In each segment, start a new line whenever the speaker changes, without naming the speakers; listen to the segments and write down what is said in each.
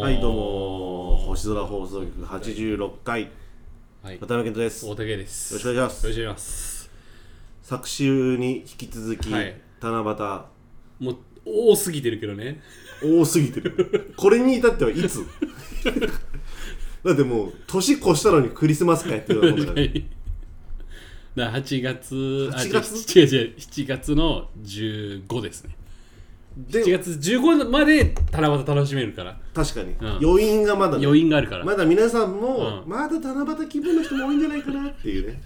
はいどうも星空放送局86回
はい
渡辺健人ですよ
大竹です
ろしくお願いしま
よろ
す
しくお願いします
昨週に引き続き、
はい
七
もう多すぎてるけどね
夕多すぎてるこれに至ってはいつだってもう年越したのにクリスマス会やってるようなもんだ
確
か
からにだから8月あ
8
じゃあ
月
違う違う7月の15ですね7
で
月15まで七夕楽しめるから
確かに、
ん
余韻がまだね、
余韻があるから、
まだ皆さんも、
うん
まだ七夕気分の人も多いんじゃないかなっていうね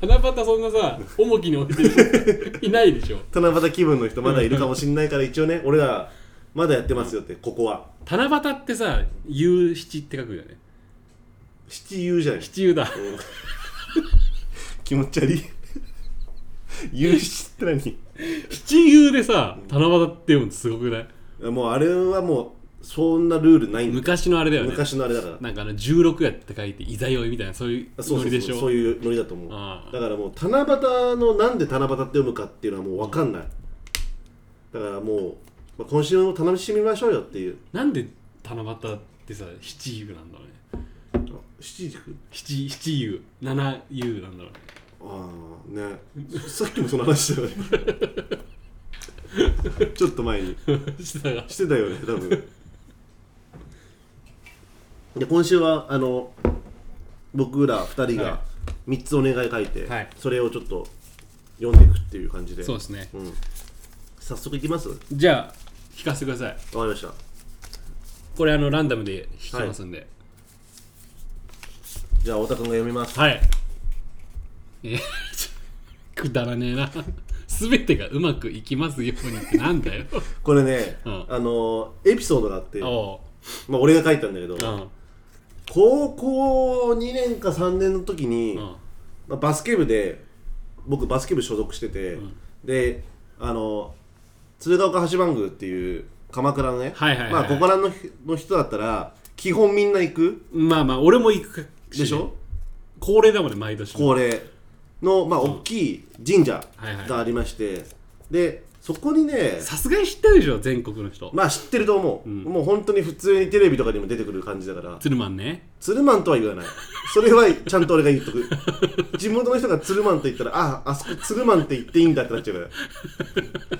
七夕そんなさ重きに置いてる人 いないでしょ
七夕気分の人まだいるかもしれないから一応ね俺らまだやってますよってここは
七夕ってさ夕七って書くよね
七夕じゃない
七 夕だ
気持ち悪い夕日って何
七夕でさ七夕って読むのすごくない
もうあれはもうそんなルールないんだ
昔のあれだよね
昔のあれだから
なんかあの16やって書いていざ酔いみたいなそういう
そう
ノ
そう
リ
そ
で
う
しょ
そういうノリだと思う
ああ
だからもう七夕のなんで七夕って読むかっていうのはもう分かんないだからもう、まあ、今週も楽しみましょうよっていう
なんで七夕ってさ七夕なんだろうね
あ七軸
七七夕七夕なんだろうね
ああねさっきもその話したよね ちょっと前に
してたが
してたよね多分で今週はあの僕ら2人
はい
が3つお願い書いて、
はい
それをちょっと読んでいくっていう感じで
そうですね
うん、早速いきますわか
じゃあ聞かせてください
りました
これあのランダムで引きますんで
じゃあ太田君が読みます
はい、えー ちょくだらねえな 全てがうまくいきますようにってなんだよ
これね、
うん
あのエピソードがあって、
おう
まあ、俺が書いたんだけど、
うん
高校2年か3年の時に、
うん
まあバスケ部で僕バスケ部所属してて、であの鶴岡八幡宮っていう鎌倉のね、
はいはいはい
まあ、ここらのひの人だったら基本みんな行く
まあまあ俺も行く
でしょ
恒例だもんね毎年
恒例の、まあ、大きい神社
はいはい
がありまして、でそこにね
さすがに知ってるでしょ全国の人、
まあ知ってると思う、もう本当に普通にテレビとかにも出てくる感じだから
ツルマンね
ツルマンとは言わないそれはちゃんと俺が言っとく地元の人がツルマンと言ったらああそこツルマンって言っていいんだってなっちゃうか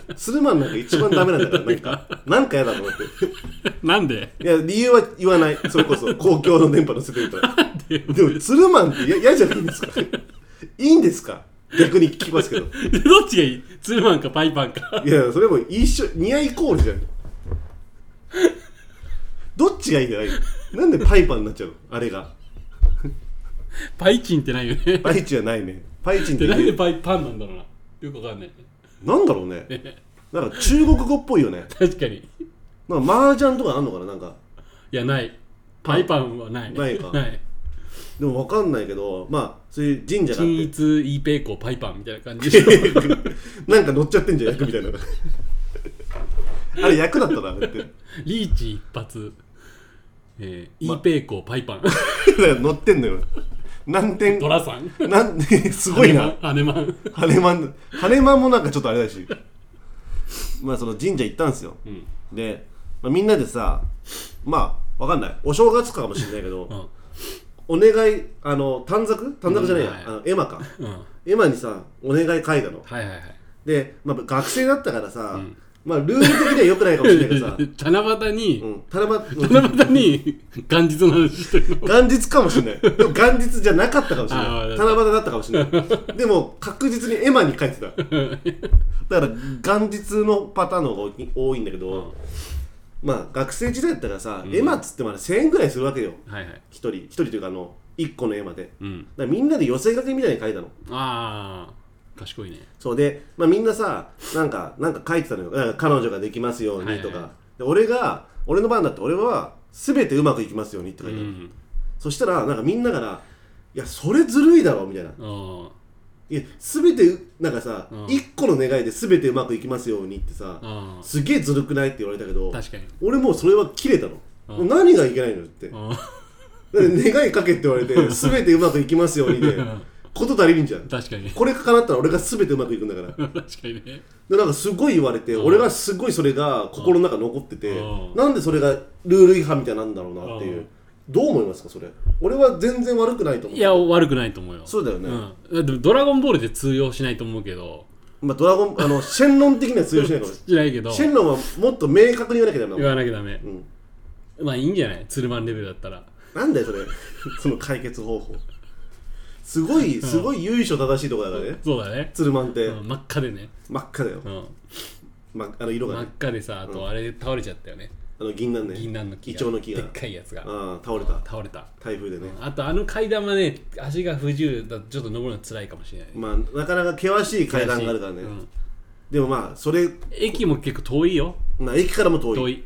らツルマンなんか一番ダメなんだからなんかなんかやだと思って
なんで
いや理由は言わないそれこそ公共の電波のせてるからでもツルマンってや嫌じゃないんですかいいんですか逆に聞きますけど
でどっちがいいツルマンかパイパンか
いやそれも一緒似合いイコールじゃんどっちがいいんじゃないのなんでパイパンになっちゃうのあれが
パイチンってないよね
パイチじゃないねパイチンっ
で
て
なん
言
で
う
パイパンなんだろうなよくわかんない
なんだろうね。なんか中国語っぽいよね。
確かにい
なんか麻雀とかあんのかななんか。
やないパイパンはない
ないか
はい
でもわかんないけど、まあ、そういう神社があ
均
っ
一イーペイコーパイパンみたいな感じで しょ
て、なんか乗っちゃってんじゃん、役みたいな。あれ役だったな、だって。
リーチ一発えー、イーペイコーパイパ ン
乗ってんのよ。何点
ド、ラさん
なん、すごいな。
アネマン
ハネマン、ハネマンもなんかちょっとあれだし。まあ、その神社行ったんですよ。
うん
で、まあ、みんなでさ、まあ、わかんない。お正月かもしれない け
う
ど、
ん
お願い、あの、短冊短冊じゃないや
うんはい。
あの、絵馬か。
うん
今にさお願い書いたの
はいはいはい
で、まあ、学生だったからさ、まあルール的には良くないかもしれないけ どさ、
七夕に、
うん、七夕の
七夕に元日の話してるの
元日かもしれないでも元日じゃなかったかもしれ
あ
ない
ー
七夕だったかもしれないでも確実に絵馬に書いてただから元日のパターンの方が多い多いんだけど、まあ学生時代だったからさ、絵馬っつってもあれ1000円ぐらいするわけよ
はいはい
一人一人というかあの1個の絵馬でだか
うん
らみんなで寄せ書きみたいに書いたの
ああ賢いね
そうで、まあ、みんなさなんかなんか書いてたのよなんか彼女ができますようにとか、
はいはい
で俺が俺の番だって俺は全てうまくいきますようにって書いうてある、
ん
そしたらなんかみんなから「いやそれずるいだろ」みたいな「
ああ
いや全てうなんかさ、
うん
一個の願いで全てうまくいきますように」ってさ、
あ
すげえずるくないって言われたけど
あ確かに
俺もうそれは切れたの、もう何がいけないのよって、
あ
だって願いかけって言われて全てうまくいきますようにでこと足りるんじゃん
確かに
これが叶ったら俺が全てうまくいくんだから
確かにね
でなんかすごい言われて、
うん
俺がすごいそれが心の中に残ってて、
うん
なんでそれがルール違反みたいになんだろうなっていう、
うん
どう思いますかそれ俺は全然悪くないと思う
いや悪くないと思うよ
そうだよね、
うん、でもドラゴンボールで通用しないと思うけど
まあドラゴンあのシェンロン的には通用しないかも
しないけど
シェンロンはもっと明確に言わなきゃダメな
言
の、
わなきゃダメ
うん、
まあいいんじゃないツルマンレベルだったら
なんだよそれ その解決方法すごいすごい由緒正しいとこだからね、
そうだね、
ツルマンって、
うん、真っ赤でね、
真っ赤だよ、
うん、
ま、あの色
真
が
っ
ね
赤でさあとあれ倒れちゃったよね、
あの銀杏ね
銀杏の木が
イチョウの木
で
が
っかいやつが
ああ倒れた
倒れた
台風でね、
あとあの階段はね足が不自由だとちょっと登るの辛いかもしれない
まあなかなか険しい階段があるからね、
うん
でもまあそれ、
駅も結構遠いよ
まあ、駅からも遠い
遠い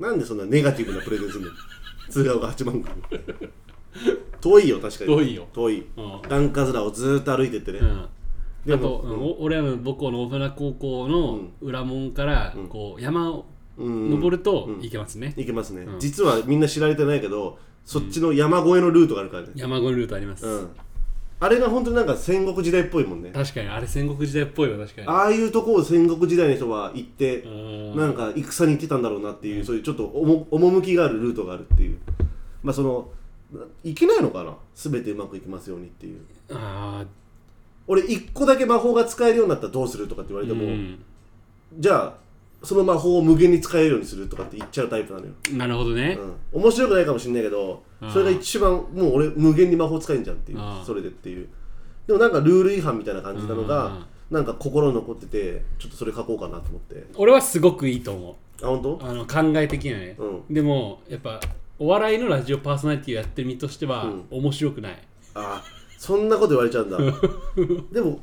なんでそんなネガティブなプレゼンするの 鶴岡八幡宮遠いよ確かに
遠いよ
遠い
うん、
段カズラをずーっと歩いてってね、
うん
で
あ
も
と、うんお俺らの母校の大船高校の裏門からこう山を
うん
登ると
うん
行けますね、
行けますね、
うん
実はみんな知られてないけどそっちの山越えのルートがあるからね
山越えルートあります、
うん、あれが本当になんか戦国時代っぽいもんね
確かにあれ戦国時代っぽいわ確かに
ああいうとこを戦国時代の人は行って、
うん
なんか戦に行ってたんだろうなっていう、そういうちょっとおも趣があるルートがあるっていうまあそのいけないのかな全てうまくいきますようにっていう
あ
俺一個だけ魔法が使えるようになったらどうするとかって言わ
ー
れても、
うん
じゃあその魔法を無限に使えるようにするとかって言っちゃうタイプなのよ、
なるほどね、
うん、面白くないかもしれないけど
うん
それが一番もう俺無限に魔法使えんじゃんっていう
うん
それでっていうでもなんかルール違反みたいな感じなの
うんうんう
が
ん
なんか心に残っててちょっとそれ書こうかなと思って
俺はすごくいいと思う
あ本当
あの考え的なね、
う
でもやっぱお笑いのラジオパーソナリティをやってる身としては、
うん
面白くない
あそんなこと言われち ゃうんだでも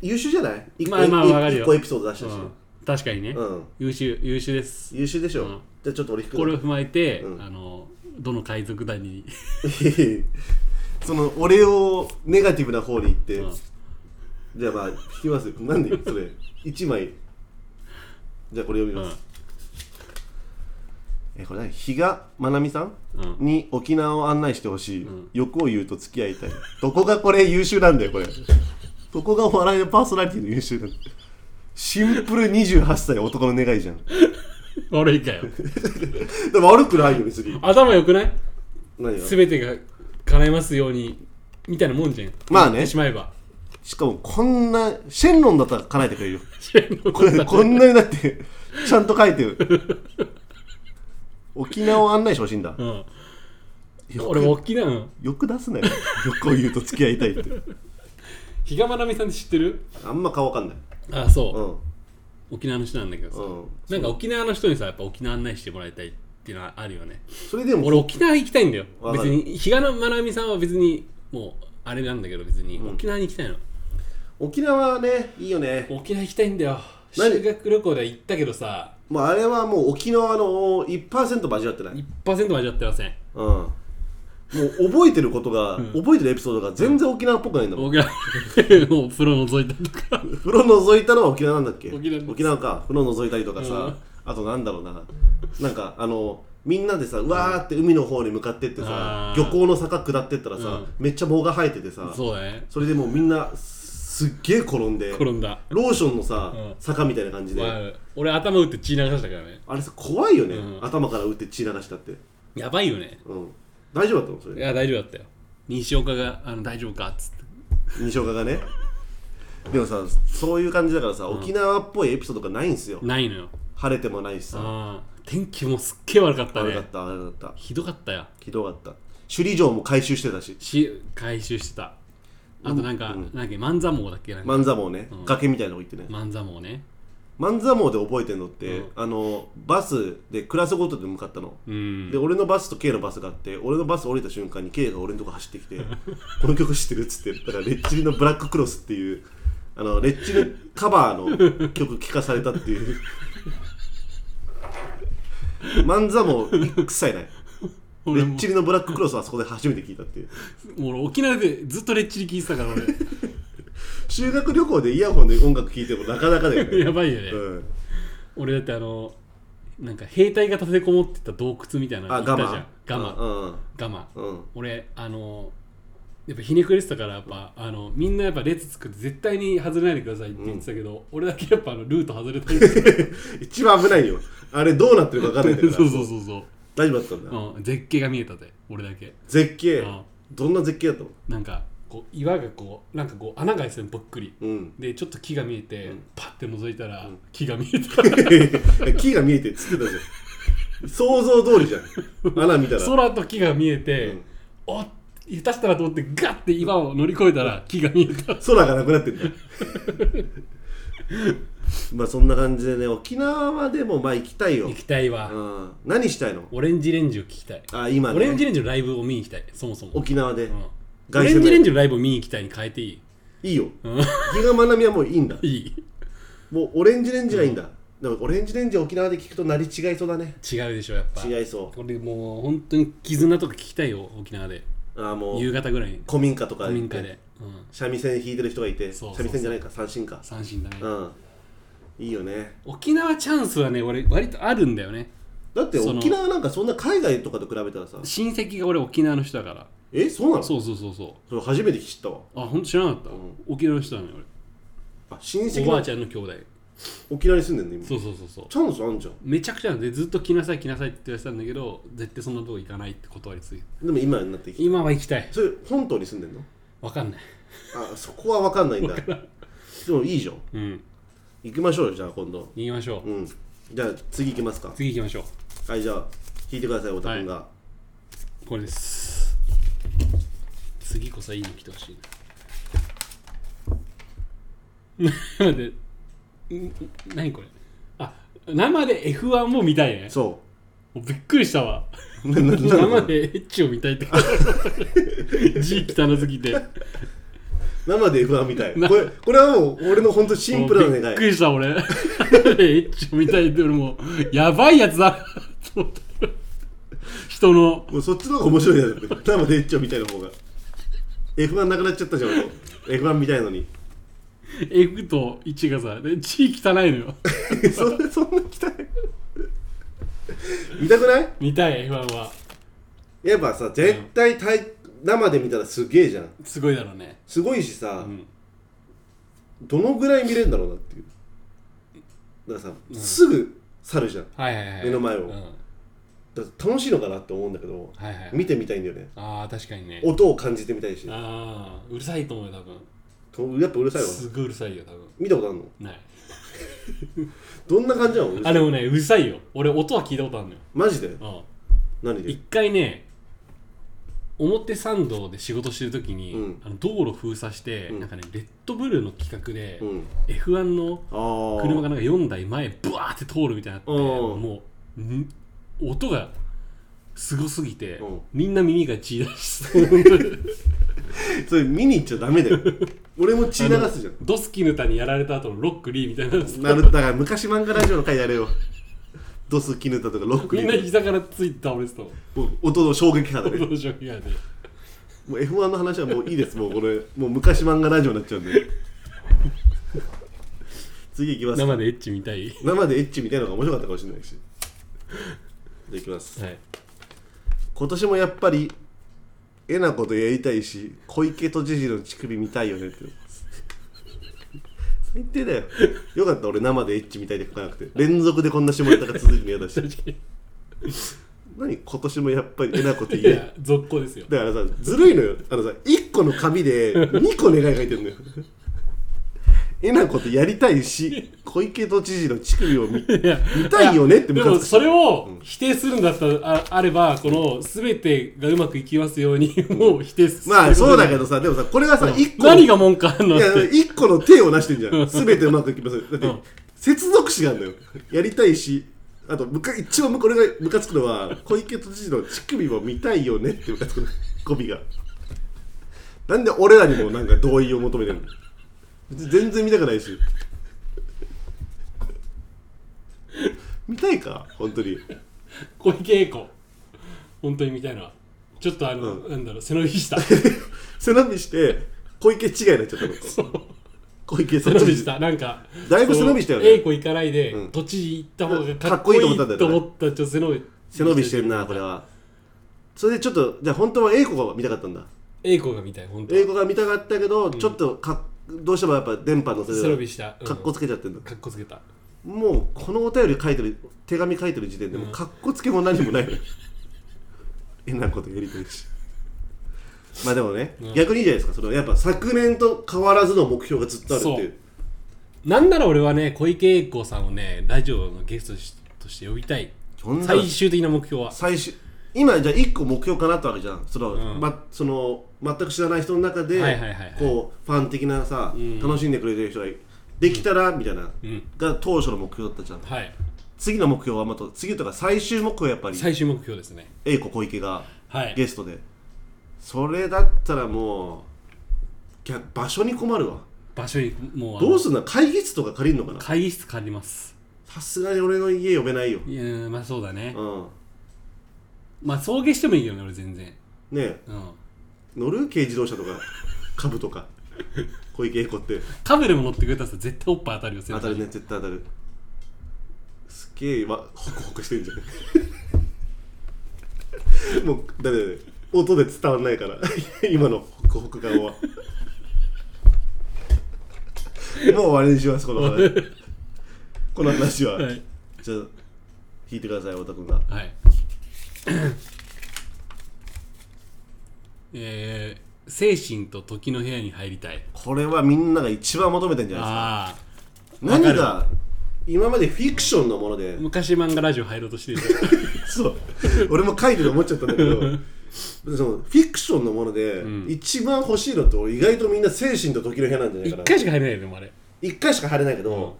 優秀じゃない一個,、
まあまあわかるよ
一個エピソード出
う
したし、
ん確かにね、
うん、
優秀優秀です
優秀でしょ、
うん
じゃあちょっと俺引く
これを踏まえて、
うん
あのどの海賊団に、
その俺をネガティブな方に行って、
うん
じゃあまあ引きますよなんでそれ1枚じゃあこれ読みます、えこれ何比嘉愛美さん
うん
に沖縄を案内してほしい、
ん
欲を言うと付き合いたいどこがこれ優秀なんだよこれどこがお笑いのパーソナリティの優秀なんだよシンプル28歳男の願いじゃん
悪いかよ
でも悪くないよ別に
頭良くない
何が
全てが叶えますようにみたいなもんじゃん
まあ
言っ
ね
てしまえ ば
しかもこんなシェンロンだったら叶えてくれるよ
知らんの
これこんなにだってちゃんと書いてる 沖縄を案内してほしいんだ
うん、
よ
俺大きなの
よく出すなよ欲を言うと付き合いたいって
比嘉愛美さんって知ってる
あんま顔わかんない
あそう
う、ん
沖縄の人なんだけどさ、
うん
なんか沖縄の人にさやっぱ沖縄案内してもらいたいっていうのはあるよね
それでも
俺沖縄行きたいんだよ
わか
別
る
に比嘉愛美さんは別にもうあれなんだけど別に、沖縄に行きたいの
沖縄ねいいよね
沖縄行きたいんだよ
何
修学旅行では行ったけどさ
もうあれはもう沖縄の1%間違ってない、うん、
1%間違ってません
もう覚えてることが、覚えてるエピソードが全然沖縄っぽくないんだもん、
僕ら もう風呂覗いたりとか
風呂覗いたのは沖縄なんだっけ
沖縄です
か風呂覗いたりとかさ、
うん
あとなんだろうななんかあのみんなでさうわーって海の方に向かってってさ
あー
漁港の坂下ってったらさ、
うん
めっちゃ棒が生えててさ
そうだね
それでもうみんなすっげえ転んで
転んだ、
ローションのさ、
うん
坂みたいな感じで、
まあ俺頭打って血流したからね
あれさ怖いよね、
うん
頭から打って血流したって、
やばいよね
うん、大丈夫だったのそ
い
れ
や大丈夫だったよ西岡があの大丈夫かっつって
西岡がねでもさそういう感じだからさ、沖縄っぽいエピソードがないんすよ
ないのよ
晴れてもないしさ
あー天気もすっげえ悪かった
悪
ね
かった悪かった
ひどかったよ
ひどかった首里城も回収してたし
し回収してたあとなんか、なんだっけ万座網だっけなんか
万座網ね、崖みたいなとこ行ってね
万座網ね
万座網で覚えてんのって、
うん
あのバスでクラスごとで向かったの、
うん
で俺のバスと K のバスがあって俺のバス降りた瞬間に K が俺のとこ走って きて「この曲知ってる?」っつってだからレッチリの「ブラッククロス」っていうあのレッチリカバーの曲聴かされたって いう万座網一切ないレ
俺
ッ
も
チリの「ブラッククロス」はそこで初めて聞いたっていう
もう俺沖縄でずっとレッチリ聞いてたから
修学旅行でイヤホンで音楽聴いてもなかなかだよ
俺
ね
やばいよね、
うん
俺だってあのなんか兵隊が立てこもってた洞窟みたいなの
あ、
行
ガ
ったじゃん
マ。
ガマ
うん。
ガマ
うん。
俺あのやっぱひねくれてたからやっぱあのみんなやっぱ列作って絶対に外れないでくださいって言ってたけど、俺だけやっぱあのルート外れたり して
一番危ないよあれどうなってるか分かんないか ら
そうそうそうそう
大丈夫だったんだ、
うん、絶景が見えたで俺だけ
絶景、
うん
どんな絶景だったの
なんかこう岩がこうなんかこう穴が開いてたのぽっくり
うん
でちょっと木が見えて、
うん
パッて覗いたら、
うん
木が見え た
木が見えてっつってたじゃん想像通りじ ゃん穴見たら
空と木が見えて、
うん
おっ下手したらと思ってガッて岩を乗り越えたら木が見えた
空がなくなっ てんだまあそんな感じでね沖縄はでもまあ行きたいよ
行、きたいわ、
うん、何したいの
オレンジレンジを聞きたい
あ今
オレンジ
ね
レンジのライブを見に行きたいそもそも、
沖縄で、
うん、オ
凱旋
レンジレンジのライブを見に行きたいに変えていい
いいよ
うん
比嘉愛未はもういいんだ
いい
もうオレンジレンジがいいんだ、でもオレンジレンジは沖縄で聞くとなり違いそうだね
違うでしょやっぱ
違いそ
俺もう本当に絆とか聞きたいよ沖縄で
うああも
夕
う
方ぐらいに
古民家とか
古
行
民
っ
家
て
で、うん、
三味線弾いてる人がいて
そうそうそう
三味線じゃないか三振か
三振だね、
うんいいよね
沖縄チャンスはね俺割とあるんだよね
だって
その
沖縄なんかそんな海外とかと比べたらさ
親戚が俺沖縄の人だから
えそうなの
そうそうそうそう
それ初めて知ったわ
あ本当知らなかった、
うん
沖縄の人なのよ
あ親
俺
戚
おばあ
が
ちゃんの兄弟
沖縄に住んでんの今
そうそうそうそう
チャンスあんじゃん
めちゃくちゃなんでずっと来なさい来なさいって言われてたんだけど絶対そんなとこ行かないって断りついて
でも今になってきて
今は行きたい
それ本島に住んでんの
わかんない
あそこは分かんないんだでもいいじゃん
うん
行きましょうよじゃあ今度
行きましょう、
うんじゃあ次行きますか
次行きましょ
はいじゃあ弾いてください太田君が、
うこれです次こそいいの来てほしいなで ん何これあ生で F1 も見たいね
そ
もうびっくりしたわ
う ななな
生
生で
でエッチを見たいって字汚すぎて
生で F1 みたい
な
これこれはもう俺の本当シンプルな
もうび
願
っ
い
くりした俺エッチを見たいって俺もうやばいやつだと思った人の
もうそっちの方が面白いじゃん生でエッチョみたいな方が F1 なくなっちゃったじゃん俺 F1 みたいのに
F と1がさで字汚いのよ
それそんな期待見たくない
見たい F1 は
やっぱさ絶対体、生で見たらすげえじゃん
すごいだろうね
すごいしさ、
うん
どのぐらい見れるんだろうなっていうだからさ、すぐ去るじゃんだ
はいはいはい
目の前を
うん、はい
から楽しいのかなって思うんだけど
はい
見てみたいんだよね
ああ確かにね
音を感じてみたいし
ああうるさいと思うよ多分
とやっぱうるさいわ
すごいうるさいよ多分
見たことあるの
ない
どんな感じなのうるさ
あ
い
でもねうるさいよ俺音は聞いたことあるのよ
マジで
うん
何で
一回ね表参道で仕事してる時に、
うん
あの道路封鎖して、
うん
なんかねレッドブルの企画で、
うん、
F1 の
あー
車がなんか4台前ブワーって通るみたいになって
うん
もうん音がすごすぎて、
うん
みんな耳が血出して
それ見に行っちゃダメだ よ俺も血流すじゃん
ドスキヌタにやられた後のロックリーみたいなやつ
なるだから昔漫画ラジオの回やれよドスキヌタとかロック
み
リ
んな
ー
膝からついて倒れてたもん
もう音の衝撃波だね
どうしようもないで
もう F1 の話はもういいですもうこれもう昔漫画ラジオになっちゃう んで次いきます
生でエッチみたい
生でエッチみたいなのが面白かったかもしれないしじゃあいきます
はい
今年もやっぱりえなことやりたいし小池都知事の乳首見たいよねって 最低だよよかった俺生でエッチみたいで書かなくて連続でこんな下ネタが続いてるの嫌だし
確かに
何今年もやっぱりえなこと
い
言え
や続行ですよ
だからさずるいのよあのさ1個の 紙で2個願い書いてるのよえなことやりたいし小池都知事の乳首を見
いや
見たいよねって
で
ムカ
も
つく
それを否定するんだったらああればこの全てがうまくいきますようにもう否定する
まあそうだけどさでもさこれはさ1個の
何が文句あんのっ
いや
て
1個の手をなしてんじゃん全てうまくいきますよだって、
うん
接続詞があるのよやりたいしあとむか一番これがムカつくのは小池都知事の乳首も見たいよねってムカつくの語尾がなんで俺らにもなんか同意を求めてるの別に全然見たくないし見たいか本当に
小池栄子本当にみたいなちょっとあの、
う
なんだろう背伸びした
背伸びして小池違いになっちゃったの小池
背
都
伸
知
びし
事
たなんか
だいぶ背伸びしたよね
その栄子行かないで、
うん
都知事行った方がか
か
っ
っ
こ
こ
い
い
い
い
と
と
思
思
っ
ったた
ん
ん
だよ、ね、と思った
だよね
ちょっと背伸び
背伸びしてるなこれはそれでちょっとじゃあ本当は A 子が見たかったんだ
英子が見たい本当
英語が見たかったけど、ちょっとかどうしてもやっぱ電波のせ
セロ
い
ビ
で
した、うん
かっこつけちゃってるんだ、
かっこつけた
もうこのお便り書いてる手紙書いてる時点でもうかっこつけも何 もないのよ変なことやりとりしまあでもね、
うん
逆にいいじゃないですかそのやっぱ昨年と変わらずの目標がずっとあるっていう
なんなら俺はね小池栄子さんをねラジオのゲストしとして呼びたい
そんな
最終的な目標は
最終今じゃあ1個目標かなってわけじゃんその,、
うん
ま、その全く知らない人の中で、
はいはいはいはい
こうファン的なさ、
ん
楽しんでくれてる人ができたら、みたいな、
うん
が当初の目標だったじゃん
はい
次の目標はまた次とか最終目標はやっぱり
最終目標ですね
英子小池が
はい
ゲストでそれだったらもう逆場所に困るわ
場所にもうあの
どうすんの会議室とか借りるのかな
会議室借ります
さすがに俺の家呼べないよ
いやーまあそうだね、
うん
まあ送迎してもいいよね俺全然
ねえ
うん
乗る軽自動車とか株とか小池栄子って
カメラも乗ってくれたらさ絶対おっぱい当たるよ背
当
中
た
に
るね絶対当たるすっげえわホクホクしてんじゃん もうだって音で伝わんないから 今のホクホク顔はもう終わりにしますこの 話この話は、
はい
ちょっと聞いてください太田君が
はい。えー、精神と時の部屋に入りたい。
これはみんなが一番求めてんじゃない
ああ。
ですか何
わ
が今までフィクションのもので、
昔漫画ラジオ入ろうとしてる。
そう俺も書いてると思っちゃったんだけどそのフィクションのもので、
うん
一番欲しいのと意外とみんな精神と時の部屋なんじゃない
一
かな
回しか入れないよね、でもあれ。
一回しか入れないけど、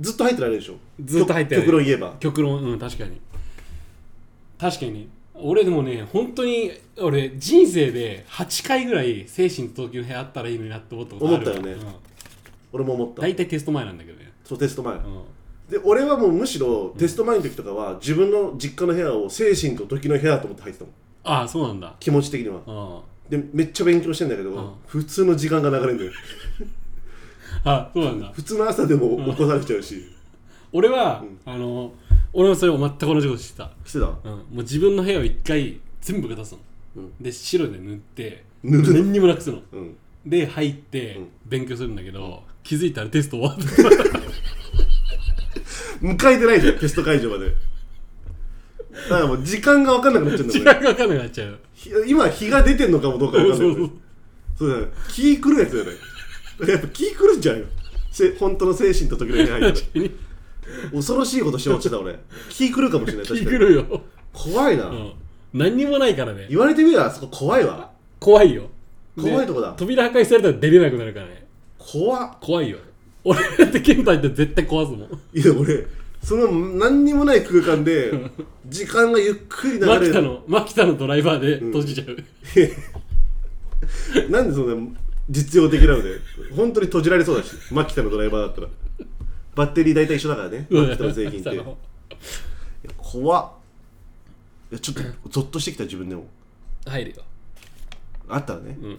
ずっと入ってられるでしょ
ずっと入ってら
る
れる
極論言えば
極論、うん、確かに。確かに。俺でもね、本当に、俺、人生で8回ぐらい精神と時の部屋あったらいいのになって思ったことある。
思ったよね
うん。
俺も思った
大体テスト前なんだけどね。
そうテスト前、
うん。
で俺はもうむしろテスト前の時とかは自分の実家の部屋を精神と時の部屋と思って入ってたもん
ああ、そうなんだ。
気持ち的には
うん。
でめっちゃ勉強してんだけど、
うん
普通の時間が流れるんだよ
あ、そうなんだ。
普通の朝でも起こされちゃうし、
俺は、あの、俺もそれを全く同じことしてた。
してた
うん、もう自分の部屋を一回全部片すの、
うん
で白で塗って
塗る
何にもなくすの
うん
で入って
うん
勉強するんだけど、気づいたらテスト終わって た
迎えてないじゃんテスト会場までだからもう時間が分かんなくなっちゃうんだ
時間
よ
が分かんなくなっちゃう
今日が出てんのかもどうか分かんな
そ
い
うそう
そうだよ気狂うやつだよねやっぱ気狂うんじゃんよせ本当の精神と時々入って
確かに
恐ろしいことしようとしてた俺気狂うかもしれない
気
確
狂
かに
うよ、
怖いな、
うん、何にもないからね
言われてみればあそこ怖いわ
怖いよで
怖いとこだ
扉破壊されたら出れなくなるからね
怖っ
怖いよ俺だって健太って絶対壊すもん
いや俺その何にもない空間で時間がゆっくり流れ
牧田
る
の牧田のドライバーで閉じちゃう、
なんでそんな実用的なので本当に閉じられそうだしマキタのドライバーだったらバッテリー大体一緒だからねマキタの製 品って
牧
いや
田の
怖っいやちょっとゾッとしてきた自分でも
入るよ
あったらね、
ん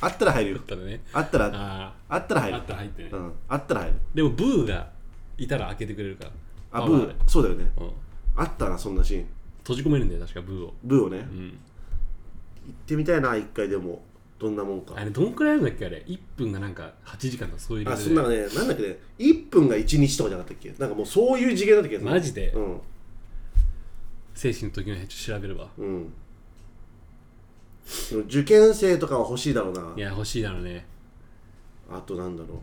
あったら入るよ
だったらね
あったら
あ
あったら
あ
入
あ
る
ったら入ってね、
うん、あったら入る
でもブーがいたら開けてくれるから
あ
ま
ブ
ま
ーそうだよね
うん、
あったなそんなシーン
閉じ込めるんだよ確かブーを
ブーをね、
ん
行ってみたいな一回でもどんなもんか
あれどんくらいあるんだっけあれ1分がなんか8時間とかそういうレ
あ
ベ
そ
ル
ん
で
なのねなんだっけね1分が1日とかじゃなかったっけなんかもうそういう次元だったっけど
マジで
うん
精神の時の辺ちょっと調べれば
うんでも受験生とかは欲しいだろう
い
な
や欲しいだろうね
あとなんだろ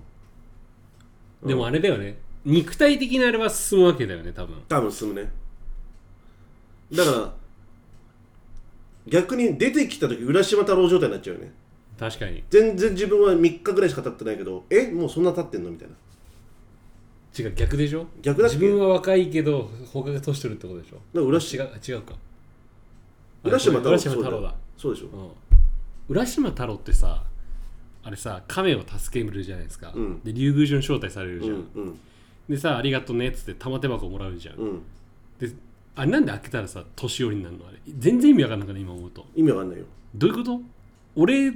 う
でもあれだよね肉体的なあれは進むわけだよね多分
多分進むねだから逆に出てきた時浦島太郎状態になっちゃうよね
確かに
全然自分は3日ぐらいしか経ってないけどえもうそんな経ってんのみたいな
違う逆でしょ
逆だっけ
自分は若いけど他が年取るってことでしょ
だから浦
違
島
う違うかあ
浦島
ごめん
太郎
浦島太郎だ
そうでしょ
うん浦島太郎ってさあれさ亀を助けるじゃないですか、
うん
で竜宮城に招待される
う
じゃん、
んうん
でさありがとうねっつって玉手箱もらうじゃん、
うん
であれなんで開けたらさ年寄りになるのあれ全然意味わかんなくない今思うと
意味わかんないよ
どういうこと俺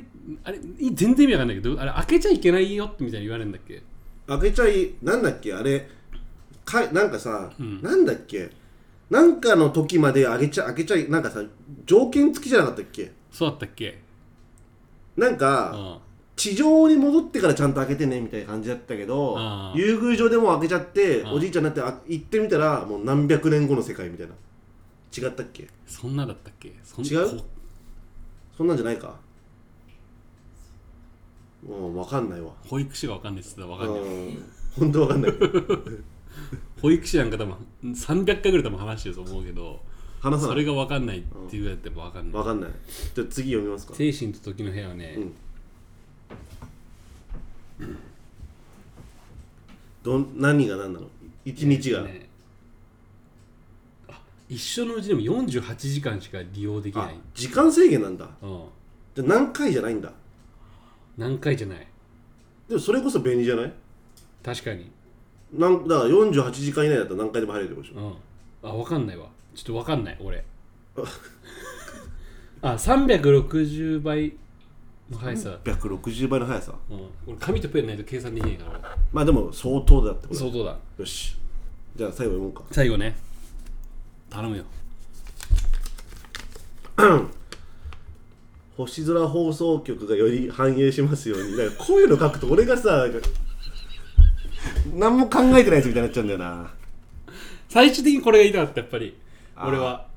あれい全然意味わかんないけどあれ開けちゃいけないよってみたいに言われるんだっけ
開けちゃいなんだっけあれかなんかさ、
ん
なんだっけなんかの時まで開けちゃ開けちゃいなんかさ条件付きじゃなかったっけ
そうだったっけ
なん
う
か、
ん
地上に戻ってからちゃんと開けてねみたいな感じだったけど
あー
遊宮城でも開けちゃって
あー
おじいちゃんになってあ行ってみたらもう何百年後の世界みたいな違ったっけ
そんなだったっけそん
違う
こ
そんなんじゃないかもう分かんないわ
保育士がわかんないっつったらわかんない
うん本当 わかんない
保育士なんか多分300回ぐらい多分話してると思うけど
話さ
そ
な
れ
い
がわかんないっていうぐらいだってわかんない
わかんないじゃあ次読みますか
精神と時の部屋はね、
うんどん何が何なの一日が、
ねあ一緒のうちでも48時間しか利用できな
あ
い、
時間制限なんだ
うん、
じゃあ何回じゃないんだ
何回じゃない
でもそれこそ便利じゃない
確かに、
なんだから48時間以内だったら何回でも入れるでしょ
うん、あ分かんないわちょっと分かんない 俺あ360倍の速さ、
160倍の速さ
うん、俺紙とペンないと計算できないから
まあでも相当だってことだ
相当だ
よしじゃあ最後読もうか
最後ね頼むよ
星空放送局がより反映しますようになんかこういうの書くと俺がさなんか何も考えてないやつみたいになっちゃうんだよな
最終的にこれが言いたかったやっぱり
あー
俺は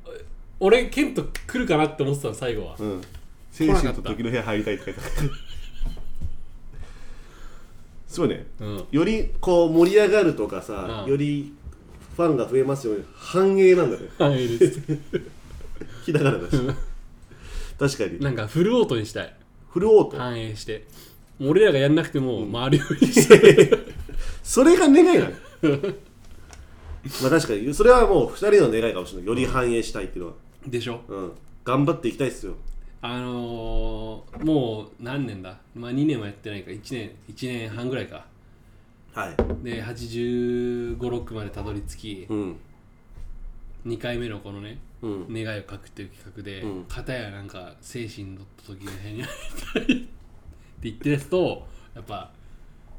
俺ケント来るかなって思ってたの最後は、
うん精神と時の部屋入りたいって書 いてあるすごいね
うん、
よりこう盛り上がるとかさ、
うん
よりファンが増えますように反映なんだね
はいいいです
ひだからだし確かに
なんかフルオートにしたい
フルオート
反映してもう俺らがやんなくても回るようにして、
それが願いなのまあ確かにそれはもう2人の願いかもしれないより反映したいっていうのは、
でしょ
うん、頑張っていきたいっすよ
あのー、もう何年だまあ2年はやってないか1年1年半ぐらいか
はい、
で8 5 6までたどり着き
うん
2回目のこのね
うん、
願いを書くっていう企画で、
うん
片やなんか精神の時の辺に入りたいって言ってるやつとやっぱ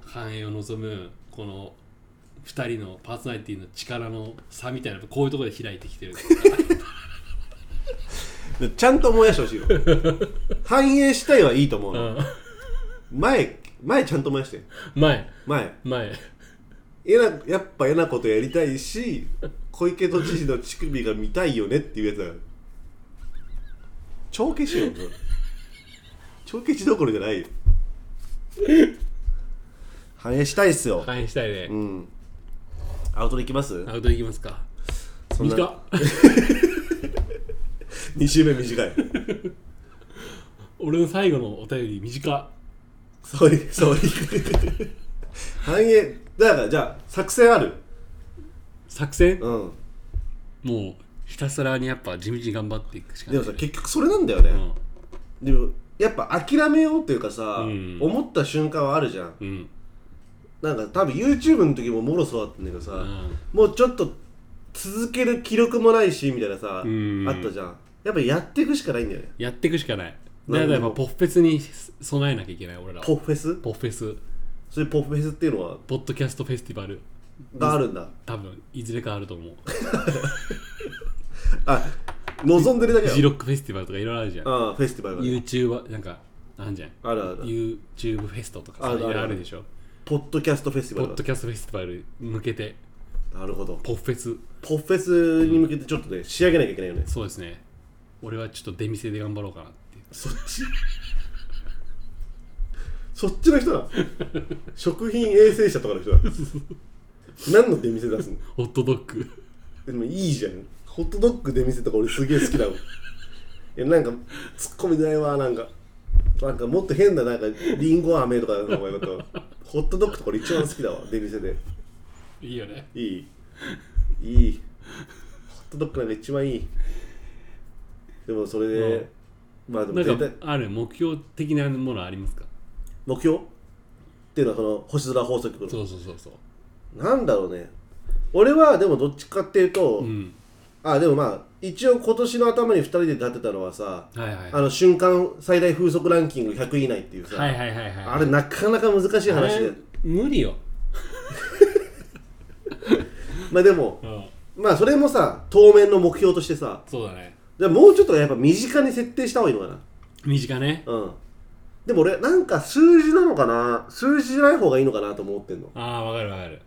繁栄を望むこの2人のパーソナリティの力の差みたいなこういうところで開いてきてる
でちゃんと燃やしてほしいよ 反映したいはいいと思う
う
の、
ん
前前ちゃんと燃やして
前
前
前
えなやっぱえなことやりたいし小池都知事の乳首が見たいよねっていうやつだから帳消しよそれ帳消しどころじゃないよ反映したいっすよ、
繁栄したいね、
うんアウトでいきます
アウトいきますか
そんな
短っ
2週目短い
俺の最後のお便り短っ
ソーリーソーリー反映だからじゃあ作戦ある
作戦
うん
もうひたすらにやっぱ地道に頑張っていくしか
で
ない
もさ結局それなんだよね、
うん
でもやっぱ諦めようっていうかさ、
うん
思った瞬間はあるじゃん
うん
なんか多分 YouTube の時ももろそうだったんだけどさ、
うん
もうちょっと続ける気力もないしみたいなさ、
うん
あったじゃんやっぱやっていくしかないんだよね
やっていくしかない。だ
な
か
るほど
らやっぱポッフェスに備えなきゃいけない俺らは。
ポッフェス
ポッフェス、
それポッフェスっていうのは
ポッドキャストフェスティバル、
があるんだ
多分いずれかあると 思う。
あ望んでるだけだ
ジロックフェスティバルとかいろいろあるじゃん。
ああフェスティバルがね
YouTube、なんか、なんじゃん。
あるある
YouTube フェストとかさ、
ある
い
ある
ろいろあるでしょ。
ポッドキャストフェスティ
ポ
バ
ッ
ル
ド
だ
キャストフェスティバルに向けて、
なるほど
ポッフェス、
ポッフェスに向けてちょっとね仕上げなきゃいけないよね
そうですね。俺はちょっと出店で頑張ろうかなっていう。
そっち そっちの人だ食品衛生者とかの人だ何の出店出すの
ホットドッグ。
でもいいじゃんホットドッグ出店とか俺すげえ好きだもんいやなんかツッコミないわなんかなんかもっと変ななんかリンゴ飴とかの方がよかったわホットドッグとか俺一番好きだわ出店で
いいよね。
いいいいホットドッグなんか一番いいでもそれで、まあでも
なん
絶
か
対、
ある目標的なものありますか
目標っていうのはその星空放送局の
そうそうそうそう。
なんだろうね俺はでもどっちかっていうと、
うん。
あでもまあ一応今年の頭に2人で立てたのはさ
はいはい。
あの瞬間最大風速ランキング100位以内っていうさ、
はいはいはいはい。
あれなかなか難しい話
あ
で
れ無理よ。
まあでも
うん。
まあそれもさ当面の目標としてさ
そうだね。
じゃあもうちょっとやっぱ身近に設定した方がいいのかな
身近ね。
うんでも俺なんか数字なのかな数字じゃない方がいいのかなと思ってんの
ああわかるわかる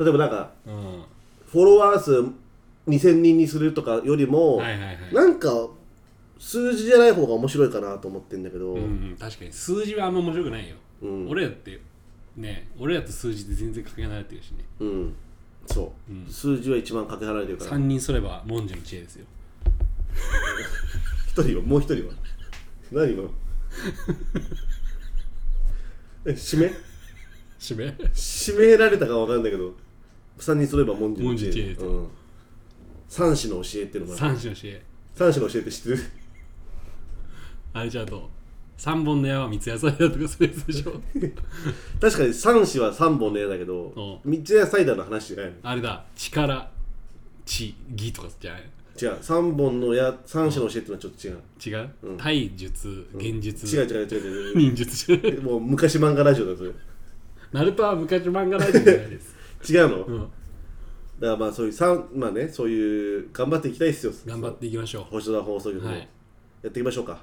例えばなんか
うんは
フォロワー数2000人にするとかよりも、
いはいはい
なんか数字じゃない方が面白いかなと思ってんだけど、
うんうん確かに数字はあんま面白くないよ、
うん
俺らってね俺らと数字で全然かけ離れてるしね
うんそう、
うん
数字は一番かけ離れてるから
3人すれば文字の知恵ですよ
一人はもう 一人は何今のえ締め
締 め
締められたかわかんないけど3人すれば文字の知
文字
恵
の知恵
うん、三子の教えっていうのもある
3種の知恵
三子の教えって知ってる
あれじゃあと3本の矢は三つ野菜だとかそういうやつでし ょ
確かに三子は3本の矢だけど
う
三ツ矢サイダーの話じゃないの
あれだ力地義とかじゃない
違う3本の矢三子の教えっていうのはちょっと違う、
違う、体術現術、
違う違う違う違う
忍術 じゃない
違うもう昔漫画ラジオだそれ
ナルトは昔漫画ライターじゃないです、
違うの、
うん、
だからまあそういう三まあねそういう頑張っていきたいですよ
頑張っていきましょ
星空放送局も、
はい
やっていきましょうか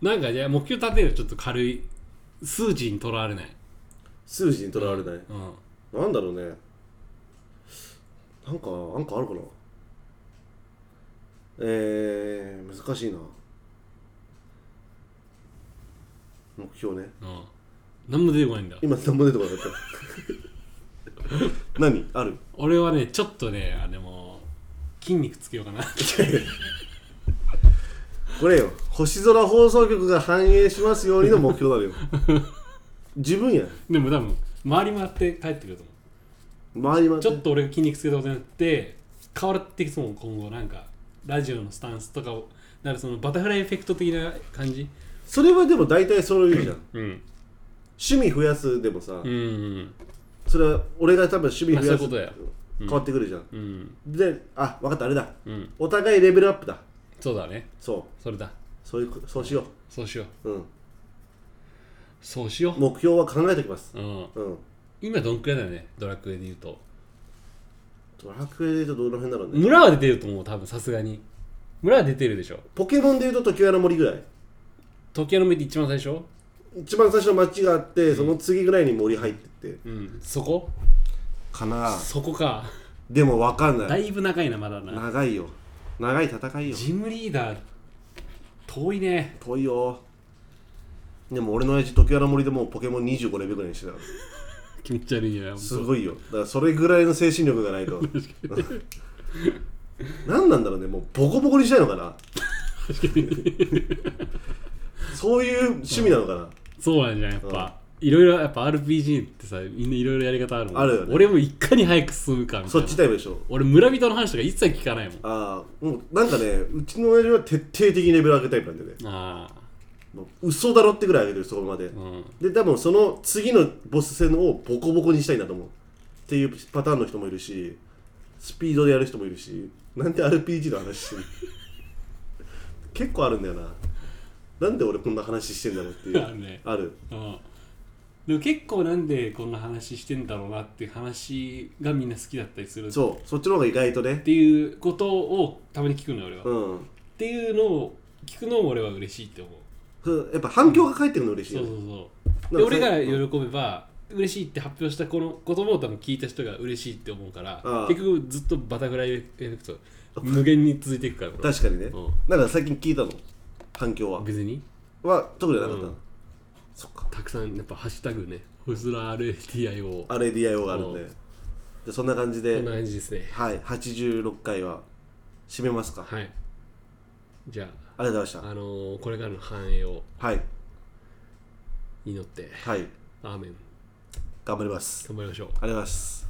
うなんかじゃあ目標立てるちょっと軽い数字にとらわれない
数字にとらわれない、
うん
なんだろうねなんかなんかあるかなえー、難しいな目標ね
うん何も出てこないんだ
今何も出てこなかった 何ある
俺はねちょっとねあでも筋肉つけようかな
これよ星空放送局が反映しますようにの目標だ よ自分や
でも多分回り回って帰ってくると思
周りま
うちょっと俺が筋肉つけたことによって変わってきそうもん今後なんかラジオのスタンスとかをだからそのバタフライエフェクト的な感じ
それはでも大体そういうじゃん
うん
趣味増やすでもさ、
うんうん
それは俺が多分趣味増やす
まあそういうことだよ
変わってくるじゃん、
うん
であ分かったあれだ
うん
お互いレベルアップだ
そうだね
そう
それだ
そういうこそうしよ
そうしよう
う、うん、
そうしよ
目標は考えておきます
う、うん、
うん、
今どんくらいだよねドラクエで言うと
ドラクエで言うとどの辺だろうね
村は出てると思う多分さすがに村は出てるでしょ
ポケモンで言うと時計の森ぐらい
時計の目って一番最初
一番最初の街があってその次ぐらいに森入ってって
うんそこ
かな
そこか
でも分かんな
だ
い
いぶ長いなまだな
長いよ長い戦いよ
ジムリーダー遠いね
遠いよでも俺の親父時計の森でもうポケモン25レベルぐらいにしてたから
気持ち悪いよ
すごいよだからそれぐらいの精神力がない と何 なんだろうねもうボコボコにしたいのかなそういう趣味なのかな、
そうなんじゃんやっぱ、いろいろやっぱ RPG ってさみんないろいろやり方あるもん
あるよね
俺もいかに早く進むかみたいな
そっちタイプでしょ
俺村人の話とか一切聞かないもんあ
ああもうなんかねうちの親父は徹底的にレベル上げタイプなんだよね
あ
もう嘘だろってぐらい上げてるそこまで、
うん
で多分その次のボス戦をボコボコにしたいんだと思うっていうパターンの人もいるしスピードでやる人もいるしなんで RPG の 話してる結構あるんだよななんで俺こんな話してんだろうってい
ある
う
ね
ある
うんでも結構なんでこんな話してんだろうなっていう話がみんな好きだったりするっ
そうそっちの方が意外とね
ていうことをたまに聞くのよ俺は、っ
うん
ていうのを聞くのも俺は嬉しいって思う
ふやっぱ反響が返ってくるの嬉しい
そ
よ
う
ね、
そうそう
な
で
んかそ
俺
れ
が喜べば嬉しいって発表したこの言葉を多分聞いた人が嬉しいって思うから
ああ
結局ずっとバタフライエフェクト無限に続いていくから俺は
確かにね、
うん
なんか最近聞いたの反響は
別に
は特になかった、
うん
そっか
たくさんやっぱハッシュタグねホスラ RFTI を
あれ DIO があるんで
うん
でそんな感じ
こ
で
んな感じですね
はい86回は締めますか、あり
はいじゃあ
がとうございました
あのーこれからの繁栄を
はい
祈って
はい
アーメン
頑張ります
頑張りましょう
ありがとうございます